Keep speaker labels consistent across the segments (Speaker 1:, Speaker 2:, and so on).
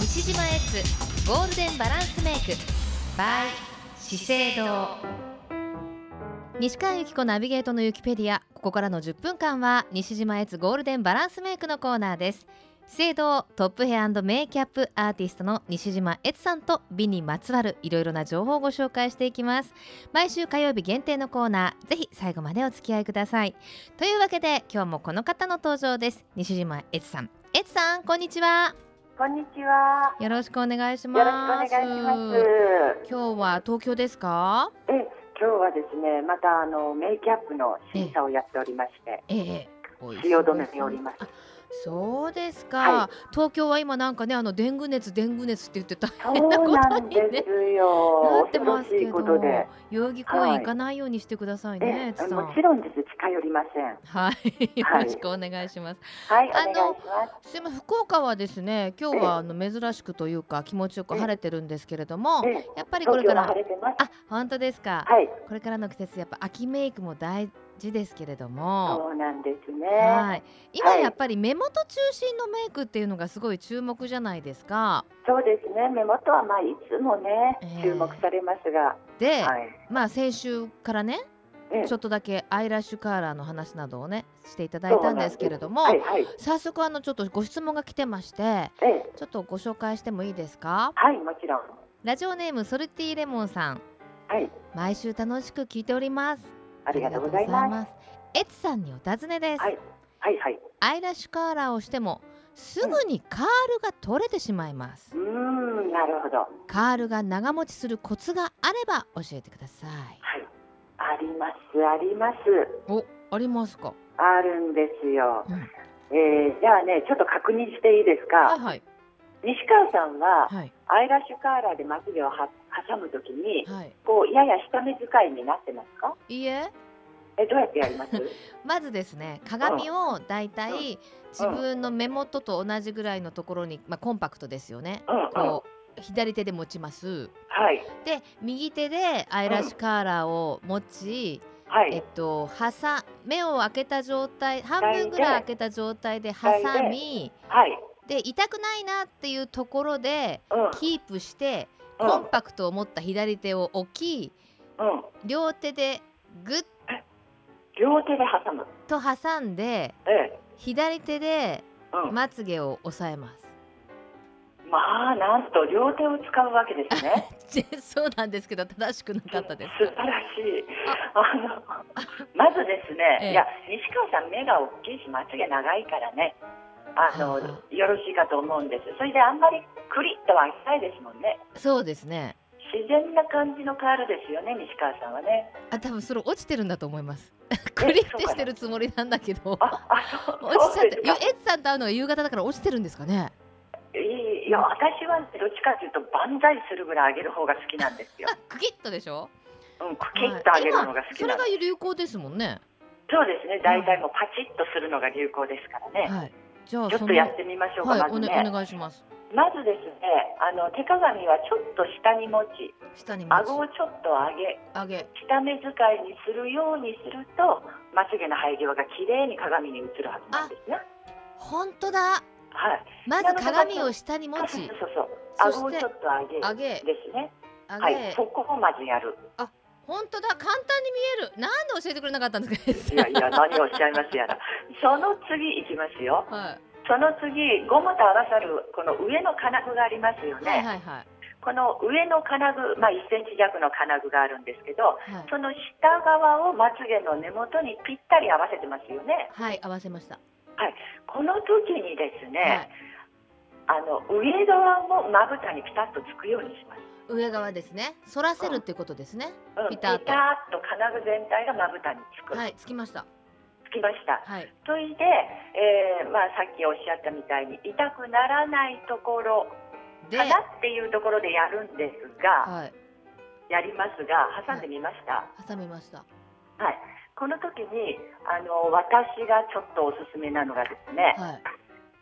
Speaker 1: 西島エッツゴールデンバランスメイク by 資生堂西川由紀子ナビゲートのユキペディアここからの10分間は西島エッツゴールデンバランスメイクのコーナーです資生堂トップヘアメイキャップアーティストの西島悦さんと美にまつわるいろいろな情報をご紹介していきます毎週火曜日限定のコーナーぜひ最後までお付き合いくださいというわけで今日もこの方の登場です西島悦さん悦さんこんにちは
Speaker 2: こんにちは。
Speaker 1: よろしくお願いし
Speaker 2: よろしくお
Speaker 1: ます。
Speaker 2: 願いします。
Speaker 1: 今日は東京ですか？
Speaker 2: え、今日はですね、またあのメイキャップの審査をやっておりまして、
Speaker 1: ええ。
Speaker 2: 汐留におります
Speaker 1: あ。そうですか、
Speaker 2: は
Speaker 1: 東京は今なんかねあのデング熱デング熱って言ってた
Speaker 2: そうなんで
Speaker 1: 変なことにね
Speaker 2: すよ。
Speaker 1: なってますけど
Speaker 2: 恐ろしいことで、
Speaker 1: 代々木公園行かないようにしてくださいね、
Speaker 2: え
Speaker 1: エツさん
Speaker 2: もちろんです。近寄りません。は
Speaker 1: はい、よ
Speaker 2: はい
Speaker 1: ろしくお願いします。
Speaker 2: い、お
Speaker 1: あ
Speaker 2: 願い
Speaker 1: の
Speaker 2: します
Speaker 1: すみません、福岡はですね、今日
Speaker 2: ええ
Speaker 1: はあの珍しくというか、気持ちよく晴れてるんですけれども。。
Speaker 2: え、
Speaker 1: やっぱりこれか
Speaker 2: 東京は
Speaker 1: ら
Speaker 2: 晴、れてます。
Speaker 1: あ、本当ですか。
Speaker 2: はい、
Speaker 1: これからの季節、やっぱ秋メイクも大事ですけれども。
Speaker 2: そうなんですね。
Speaker 1: はい、今
Speaker 2: はい
Speaker 1: やっぱり目元中心のメイクっていうのがすごい注目じゃないですか。
Speaker 2: そうですね。目元はまあいつもね
Speaker 1: ええ、
Speaker 2: 注目されますが、
Speaker 1: で、
Speaker 2: はい。
Speaker 1: まあ先週からね、
Speaker 2: ええ
Speaker 1: ちょっとだけアイラッシュカーラーの話などをねしていただいたんですけれども、
Speaker 2: はいはい。
Speaker 1: 早速あのちょっとご質問が来てまして、
Speaker 2: ええ、
Speaker 1: ちょっとご紹介してもいいですか。
Speaker 2: はい、もちろん。
Speaker 1: ラジオネームソルティレモンさん、
Speaker 2: はい、
Speaker 1: 毎週楽しく聞いております。
Speaker 2: ありがとうございます。
Speaker 1: す。エツさんにお尋ねです、
Speaker 2: はい、はい、はい。
Speaker 1: アイラッシュカーラーをしてもすぐにカールが取れてしまいます
Speaker 2: うー。ん、なるほど。
Speaker 1: カールが長持ちするコツがあれば教えてください。
Speaker 2: はい。あります、あります。
Speaker 1: お、ありますか。
Speaker 2: あるんですよ。
Speaker 1: うん
Speaker 2: えーじゃあね、ちょっと確認していいです
Speaker 1: はい
Speaker 2: か。
Speaker 1: はい
Speaker 2: 西川さんは、
Speaker 1: はい
Speaker 2: アイラッシュカーラーでまつげをは挟むときに、
Speaker 1: はい。
Speaker 2: こう、やや下目遣いになってますか
Speaker 1: いいえ、
Speaker 2: え、どうやってやります
Speaker 1: まずですね、鏡をだいた
Speaker 2: うん
Speaker 1: い自分の目元と同じぐらいのところに、まあコンパクトですよね。
Speaker 2: うんうん。
Speaker 1: こう左手で持ちます。
Speaker 2: はい。
Speaker 1: で右手でアイラッシュカーラーを持ち、
Speaker 2: は
Speaker 1: えっ
Speaker 2: い。
Speaker 1: と挟目を開けた状態半分ぐらい開けた状態で挟み
Speaker 2: はい。
Speaker 1: で痛くないなっていうところで
Speaker 2: うん。
Speaker 1: キープして
Speaker 2: うん
Speaker 1: コンパクトを持った左手を置き
Speaker 2: うん。
Speaker 1: 両手でグッ
Speaker 2: 両手で挟む。
Speaker 1: と挟んで
Speaker 2: ええ。
Speaker 1: 左手で
Speaker 2: うん。ま
Speaker 1: まつげを押さえます。
Speaker 2: あ、なんと、両手を使うわけですね。
Speaker 1: そうなんですけ ど正しくなかったです。
Speaker 2: 素晴らしい。あの、まずですね、
Speaker 1: ええ
Speaker 2: いや、西川さん目が大きいし、まつげ長いからね。あの、
Speaker 1: はあは
Speaker 2: よろしいかと思うんです。それであんまりクリッとは開きたいですもんね。
Speaker 1: そうですね。
Speaker 2: 自然な感じのカールですよね、西川さんはね。
Speaker 1: あ多分それ落ちてるんだと思います。 クリッてしてるつもりなんだけど。
Speaker 2: あ、あ、そう、
Speaker 1: 落ちちゃって、
Speaker 2: そう
Speaker 1: ゆ
Speaker 2: ですか
Speaker 1: エッツさんと会うのが夕方だから落ちてるんですかね。
Speaker 2: いいいや、私はどっちかというと、万歳するぐらい上げる方が好きなんですよ
Speaker 1: あ。、クキッとでしょ。
Speaker 2: うん、クキッと上げるのが好き
Speaker 1: そ
Speaker 2: な
Speaker 1: れ
Speaker 2: の
Speaker 1: が。流行ですもんね。
Speaker 2: そうですね、大体もうパチッとするのが流行ですから
Speaker 1: は
Speaker 2: ね。
Speaker 1: い。じゃあ
Speaker 2: ちょ
Speaker 1: その
Speaker 2: っとやってみましょうか、
Speaker 1: はい、
Speaker 2: ま
Speaker 1: お
Speaker 2: ず
Speaker 1: ね
Speaker 2: ね。
Speaker 1: お願いします。
Speaker 2: まずですね、あの手鏡はちょっと下に持ち、
Speaker 1: 下に持ち
Speaker 2: 顎をちょっと上げ、
Speaker 1: 上げ。
Speaker 2: 下目遣いにするようにすると、まつげの生え際が綺麗に鏡に映るはずなんですね。
Speaker 1: 本当だ。
Speaker 2: はい。
Speaker 1: まず鏡を下に持
Speaker 2: そう
Speaker 1: ち、
Speaker 2: そう
Speaker 1: そ
Speaker 2: そう。顎
Speaker 1: し
Speaker 2: をち
Speaker 1: て
Speaker 2: ょっと上げ
Speaker 1: 上げ、
Speaker 2: ですね。
Speaker 1: 上
Speaker 2: は
Speaker 1: げ
Speaker 2: い。。そこをまずやる。
Speaker 1: 本当だ。簡単に見える。なんで教えてくれなかったんですかエッツさ
Speaker 2: い
Speaker 1: ん。
Speaker 2: や いや、何をおっしゃいますやら。その次いきますよ。
Speaker 1: はい。
Speaker 2: その次、ゴムと合わさるこの上の金具がありますよね。
Speaker 1: はいはいはい
Speaker 2: この上の金具、まあ1センチ弱の金具があるんですけど、
Speaker 1: はい。
Speaker 2: その下側をまつげの根元にぴったり合わせてますよね。
Speaker 1: はい、合わせました。
Speaker 2: この時にです
Speaker 1: はい
Speaker 2: ね、。あの上側もまぶたにピタッとつくようにします。
Speaker 1: 上側ですね。反らせるってことですね。
Speaker 2: うん、
Speaker 1: ピ
Speaker 2: ピ
Speaker 1: タ
Speaker 2: タ
Speaker 1: ッ
Speaker 2: ッ
Speaker 1: と
Speaker 2: と金具全体がまぶたにつく。
Speaker 1: はい、つきました。
Speaker 2: つきました。
Speaker 1: はい。
Speaker 2: それで、えーまあさっきおっしゃったみたいに痛くならないところ
Speaker 1: で、
Speaker 2: か
Speaker 1: は
Speaker 2: なっていうところでやるんですが、
Speaker 1: い、
Speaker 2: やりますが挟んでみました。
Speaker 1: 挟みました。
Speaker 2: はい、この時にあの私がちょっとおすすめなのがですね、
Speaker 1: はい、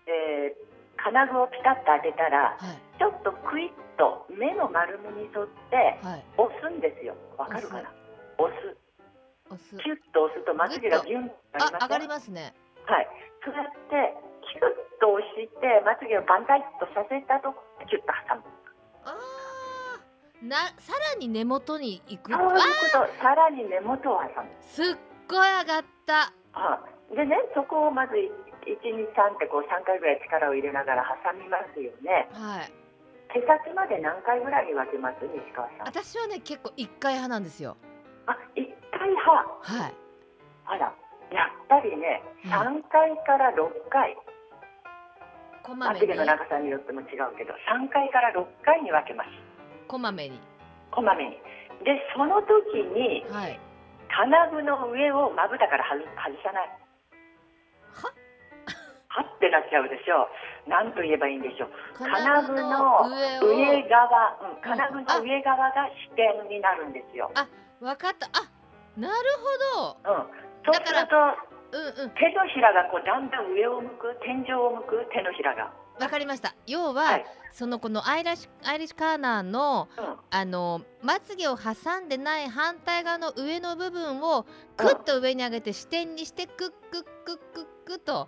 Speaker 2: えー金具をピタッと当てたら
Speaker 1: はい、
Speaker 2: ちょっとクイッと目の丸みに沿って
Speaker 1: はい。
Speaker 2: 押すんですよわかるかな押す
Speaker 1: 押す。
Speaker 2: キュッと押すとまつげがギュンと上がり
Speaker 1: あ、上が
Speaker 2: ま
Speaker 1: り
Speaker 2: すね
Speaker 1: ますね。
Speaker 2: はいそうやってキュッと押しじてまつげをバンタイとさせたところキュッと挟む
Speaker 1: あーなさらに根元に行く
Speaker 2: そ
Speaker 1: あ
Speaker 2: ういうことさらに根元を挟む
Speaker 1: すっごい上がった
Speaker 2: はいでねそこをまず123ってこう3回ぐらい力を入れながら挟みますよね
Speaker 1: はい
Speaker 2: 毛先まで何回ぐらいに分けます西川さん
Speaker 1: 私はね結構一回派なんですよ
Speaker 2: あ一回は
Speaker 1: はい
Speaker 2: あらやっぱりね
Speaker 1: うん
Speaker 2: 3回から6回
Speaker 1: こま
Speaker 2: ま
Speaker 1: め
Speaker 2: つ
Speaker 1: に
Speaker 2: げの長さによっても違うけど3回から6回に分けます
Speaker 1: こまめに
Speaker 2: こまめにでその時に
Speaker 1: はい
Speaker 2: 金具の上をまぶたから外外さない
Speaker 1: は
Speaker 2: はってなっちゃうでしょうなんと言えばいいんでしょう金
Speaker 1: 金具
Speaker 2: 具
Speaker 1: の
Speaker 2: の
Speaker 1: 上を
Speaker 2: 上側、うん、金具の上側が支点になるんですよ、
Speaker 1: わかったあなるほ
Speaker 2: うん、そう
Speaker 1: だ
Speaker 2: す
Speaker 1: から
Speaker 2: ると
Speaker 1: どうんうん
Speaker 2: 手のひらがこうだんだん上を向く天井を向く手のひらが、
Speaker 1: わかりました要は、
Speaker 2: はい
Speaker 1: そのこのアイラッシュアイリッシュカーナーの
Speaker 2: うん、
Speaker 1: あのまつげを挟んでない反対側の上の部分をクッと上に上げて支点にしてクックックックックッと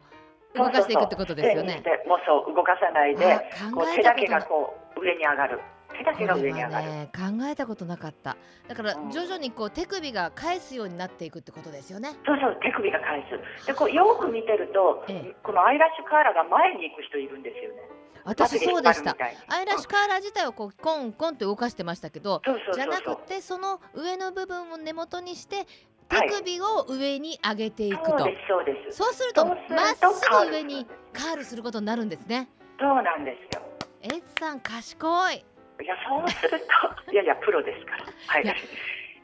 Speaker 1: 動かしていくってことですよね。
Speaker 2: 手にしてもうそう動かさない
Speaker 1: あ
Speaker 2: で
Speaker 1: 考
Speaker 2: こう
Speaker 1: え
Speaker 2: 手だ
Speaker 1: たこ
Speaker 2: け
Speaker 1: と
Speaker 2: が
Speaker 1: な
Speaker 2: こう上に上がる手だけが
Speaker 1: これ
Speaker 2: 上に
Speaker 1: は
Speaker 2: 上がる、
Speaker 1: ね考えたことなかっただから
Speaker 2: うん
Speaker 1: 徐々にこう手首が返すようになっていくってことですよね。
Speaker 2: そうそう手首が返すでこうよく見てると、
Speaker 1: え
Speaker 2: このアイラッシュカーラーが前に行く人いるんですよね
Speaker 1: 私そうでした
Speaker 2: まつげ引っ張るみたいに
Speaker 1: アイラッシュカーラー自体をこうコンコンって動かしてましたけど
Speaker 2: そうそう
Speaker 1: じゃ
Speaker 2: そう
Speaker 1: な
Speaker 2: そう
Speaker 1: くてその上の部分を根元にして手首を上に上げていくと、
Speaker 2: そうですそうです
Speaker 1: そうすると
Speaker 2: そ
Speaker 1: ま
Speaker 2: う
Speaker 1: っ
Speaker 2: すると
Speaker 1: すぐ上にカールすることになるんですね。
Speaker 2: そうなんですよ
Speaker 1: エッツさん賢い。
Speaker 2: いやそうす るといやいやプロですからはい
Speaker 1: いや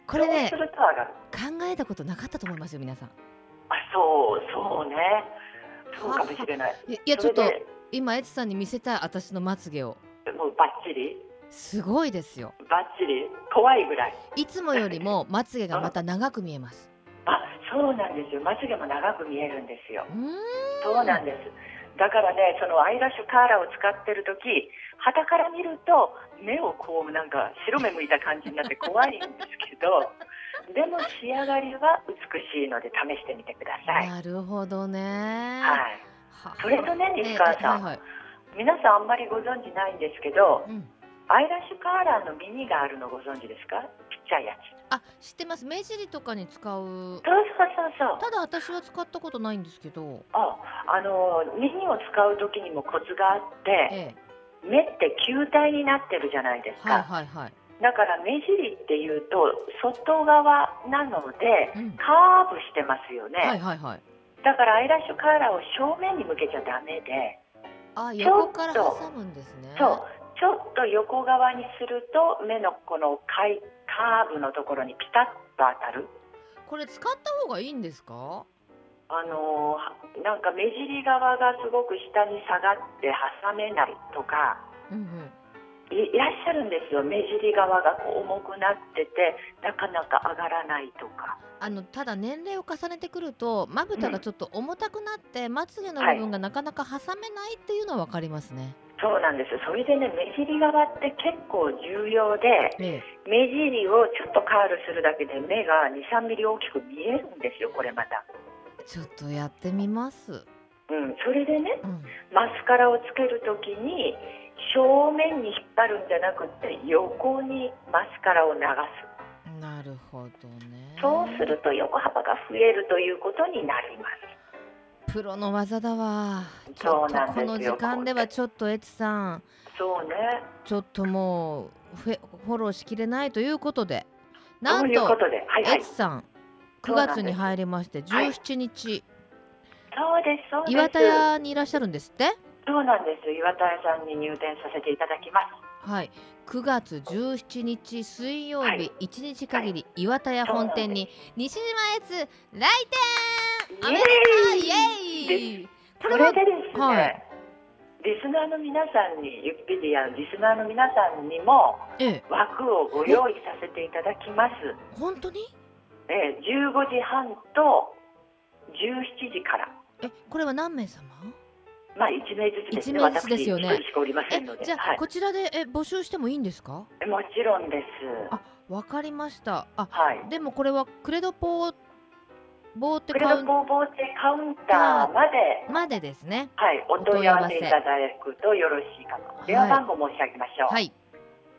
Speaker 1: これね
Speaker 2: そうすると上がる
Speaker 1: 考えたことなかったと思いますよ皆さん。
Speaker 2: あそうそうねそうかもしれない
Speaker 1: いいやちょっと
Speaker 2: それ
Speaker 1: 今エッツさんに見せたい私のまつげを
Speaker 2: でもうバッチリ
Speaker 1: すごいですよ。
Speaker 2: バッチリ怖いぐらい
Speaker 1: いつもより もまつげがまた長く見えます。
Speaker 2: あそうなんですよまつげも長く見えるんですよ
Speaker 1: うーん
Speaker 2: そうなんです。だからね、そのアイラッシュカーラーを使ってる時、傍から見ると目をこうなんか白目向いた感じになって怖いんですけど、 でも仕上がりは美しいので試してみてください。
Speaker 1: なるほどね。
Speaker 2: はい。
Speaker 1: は
Speaker 2: それとね、
Speaker 1: ええ
Speaker 2: 西川さ
Speaker 1: はい
Speaker 2: ん、
Speaker 1: はい
Speaker 2: 皆さんあんまりご存知ないんですけど、
Speaker 1: うん
Speaker 2: アイラッシュカーラーのミニがあるのご存知ですか？ちっちゃいやつ。
Speaker 1: あ知ってます目尻とかに使う。
Speaker 2: そうそうそうそう。
Speaker 1: ただ私は使ったことないんですけど。
Speaker 2: あ、あのミニを使う時にもコツがあって、
Speaker 1: ええ
Speaker 2: 目って球体になってるじゃないですか。
Speaker 1: はいはいはい。
Speaker 2: だから目尻っていうと外側なので
Speaker 1: うん
Speaker 2: カーブしてますよね、
Speaker 1: はいはいはい。
Speaker 2: だからアイラッシュカーラーを正面に向けちゃダメで
Speaker 1: あ
Speaker 2: ちょ
Speaker 1: 横
Speaker 2: っと
Speaker 1: から挟むんですね。
Speaker 2: そうちょっと横側にすると目のこのかいカーブのところにピタッと当たる
Speaker 1: これ使った方がいいんですか？
Speaker 2: あのーなんか目尻側がすごく下に下がって挟めないとか
Speaker 1: うんうん。
Speaker 2: いいらっしゃるんですよ目尻側がこう重くなっててなかなか上がらないとか
Speaker 1: あのただ年齢を重ねてくるとまぶたがちょっと重たくなって、まつげの部分がなかなか挟めないっていうのはわかりますね。
Speaker 2: そうなんですそれでね目尻側って結構重要で
Speaker 1: え
Speaker 2: 目尻をちょっとカールするだけで目が23ミリ大きく見えるんですよこれまた。
Speaker 1: え、ちょっとやってみます。
Speaker 2: うん、それでね
Speaker 1: うん。
Speaker 2: マスカラをつける時に正面に引っ張るんじゃなくて横にマスカラを流す
Speaker 1: なるほどね。
Speaker 2: そうすると横幅が増えるということになります
Speaker 1: プロの技だわ。ちょっ
Speaker 2: そう
Speaker 1: と
Speaker 2: なんです
Speaker 1: こ
Speaker 2: よ
Speaker 1: の時間ではちょっとエツさん、
Speaker 2: そうね
Speaker 1: ちょっともうフェフォローしきれないということで、な
Speaker 2: そうんいうこととではいは
Speaker 1: エ
Speaker 2: い
Speaker 1: ツ
Speaker 2: そ
Speaker 1: さん9
Speaker 2: そうなんです
Speaker 1: 月に入りまして
Speaker 2: はい
Speaker 1: 17日、
Speaker 2: うですそうです
Speaker 1: 岩田屋にいらっしゃるんですって。
Speaker 2: そうなんです岩田屋さんに入店させていただきます
Speaker 1: はい、9月17日水曜
Speaker 2: は
Speaker 1: 日
Speaker 2: い
Speaker 1: 1日限り岩田屋本店に西島エツ来店おめでとう
Speaker 2: イ
Speaker 1: イエ
Speaker 2: エーイ
Speaker 1: ーイこ
Speaker 2: そ
Speaker 1: れ
Speaker 2: れ
Speaker 1: は
Speaker 2: でですね、
Speaker 1: はい
Speaker 2: リスナーの皆さんにユッペディアのリスナーの皆さんにも
Speaker 1: ええ、
Speaker 2: 枠をご用意させていただきます、
Speaker 1: 本当に
Speaker 2: ええ15時半と17時から
Speaker 1: えこれは何名様
Speaker 2: まあ1名ずつですね
Speaker 1: 一名ずつですよね
Speaker 2: 私一人しかおりませ
Speaker 1: え
Speaker 2: んので
Speaker 1: じゃあ、
Speaker 2: はい、
Speaker 1: こちらでえ募集してもいいんですか
Speaker 2: もちろんです
Speaker 1: あわかりましたあ
Speaker 2: はい
Speaker 1: でもこれはクレドポ棒って
Speaker 2: クレ
Speaker 1: カ
Speaker 2: ド
Speaker 1: ウン
Speaker 2: 工房ってカウンターまで、
Speaker 1: までですね。
Speaker 2: はい、お問い合わせいただくとよろしいかと。電話番号申し上げましょう。
Speaker 1: はい。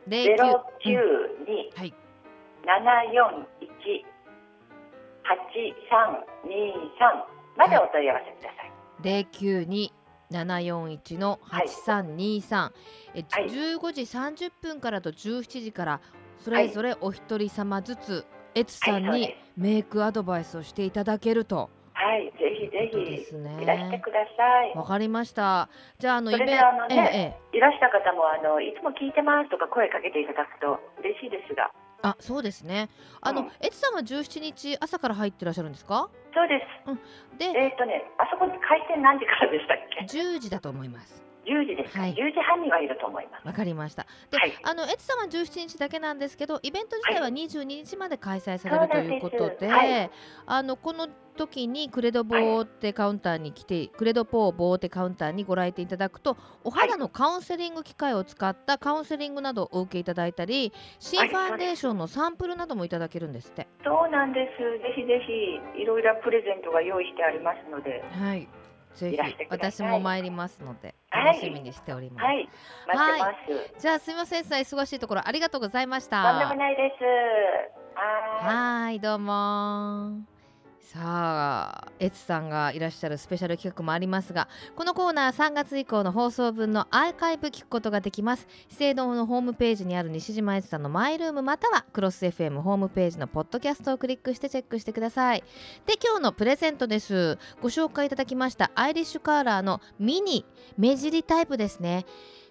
Speaker 1: で
Speaker 2: ゼロ九
Speaker 1: 九うんは
Speaker 2: 二
Speaker 1: い
Speaker 2: 七四一八三二三までお問い合わせください。
Speaker 1: 零九二七四一の八三二三。え、
Speaker 2: はい
Speaker 1: 十五時三十分からと十七時からそれぞれお一人様ずつ。エツさん
Speaker 2: はいそう
Speaker 1: に
Speaker 2: です
Speaker 1: メイクアドバイスをしていただけると。
Speaker 2: はい、ぜひぜ
Speaker 1: そうです
Speaker 2: ひ
Speaker 1: ね
Speaker 2: いらしてください。
Speaker 1: わかりました。じゃああの
Speaker 2: それで
Speaker 1: イベ
Speaker 2: あのね
Speaker 1: ええええ
Speaker 2: いらした方もあのいつも聞いてますとか声かけていただくと嬉しいですが、
Speaker 1: あ、そうですね。あの、
Speaker 2: うん
Speaker 1: エツさんは十七日朝から入ってらっしゃるんですか？
Speaker 2: そうです。
Speaker 1: で、
Speaker 2: えっ、とね、あそこ開店何時からでしたっけ？
Speaker 1: 十時だと思います。
Speaker 2: 10時ですか、
Speaker 1: はい
Speaker 2: 10時半にはいると思います。
Speaker 1: わかりました。で、
Speaker 2: はい
Speaker 1: あのエツさんは17日だけなんですけどイベント自体は22日まで開催され
Speaker 2: は
Speaker 1: る
Speaker 2: い
Speaker 1: ということ
Speaker 2: そう
Speaker 1: で、
Speaker 2: なんですは
Speaker 1: あのこの時にクレドボーテカウンターに来て、クレドポーボーテカウンターにご来店いただくとお肌のカウンセリング機械を使ったカウンセリングなどをお受けいただいたり新
Speaker 2: はい
Speaker 1: ファンデーションのサンプルなどもいただけるんですって。
Speaker 2: そうなんです。ぜひぜひいろいろプレゼントが用意してありますので、
Speaker 1: はいぜひ
Speaker 2: いらしてくだ
Speaker 1: 私
Speaker 2: さい
Speaker 1: も参りますので
Speaker 2: はい
Speaker 1: 楽しみにしております、
Speaker 2: はい、待ってます。
Speaker 1: じゃあすみませんさん忙しいところありがとうございました
Speaker 2: とんでもないです。はーい。
Speaker 1: はーいどうもさあエツさんがいらっしゃるスペシャル企画もありますがこのコーナー3月以降の放送分のアーカイブ聞くことができます資生堂のホームページにある西島エツさんのマイルームまたはクロス FM ホームページのポッドキャストをクリックしてチェックしてくださいで今日のプレゼントですご紹介いただきましたアイリッシュカーラーのミニ目尻タイプですね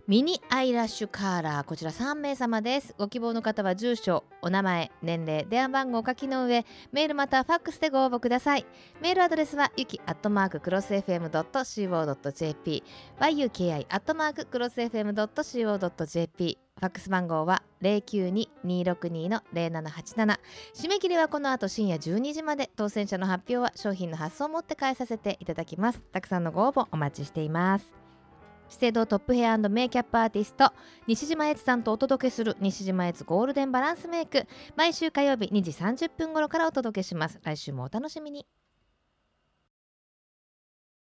Speaker 1: ミニアイラッシュカーラーこちら3名様ですご希望の方は住所お名前年齢電話番号をお書きの上メールまたはファックスでご応募くださいメールアドレスはゆきアットマーククロス FM.co.jp yuki アットマーククロス FM.co.jp ファックス番号は092-262-0787締め切りはこの後深夜12時まで当選者の発表は商品の発送をもって返させていただきますたくさんのご応募お待ちしています資生堂トップヘアメイキャップアーティスト西島悦さんとお届けする西島悦ゴールデンバランスメイク毎週火曜日2時30分頃からお届けします来週もお楽しみに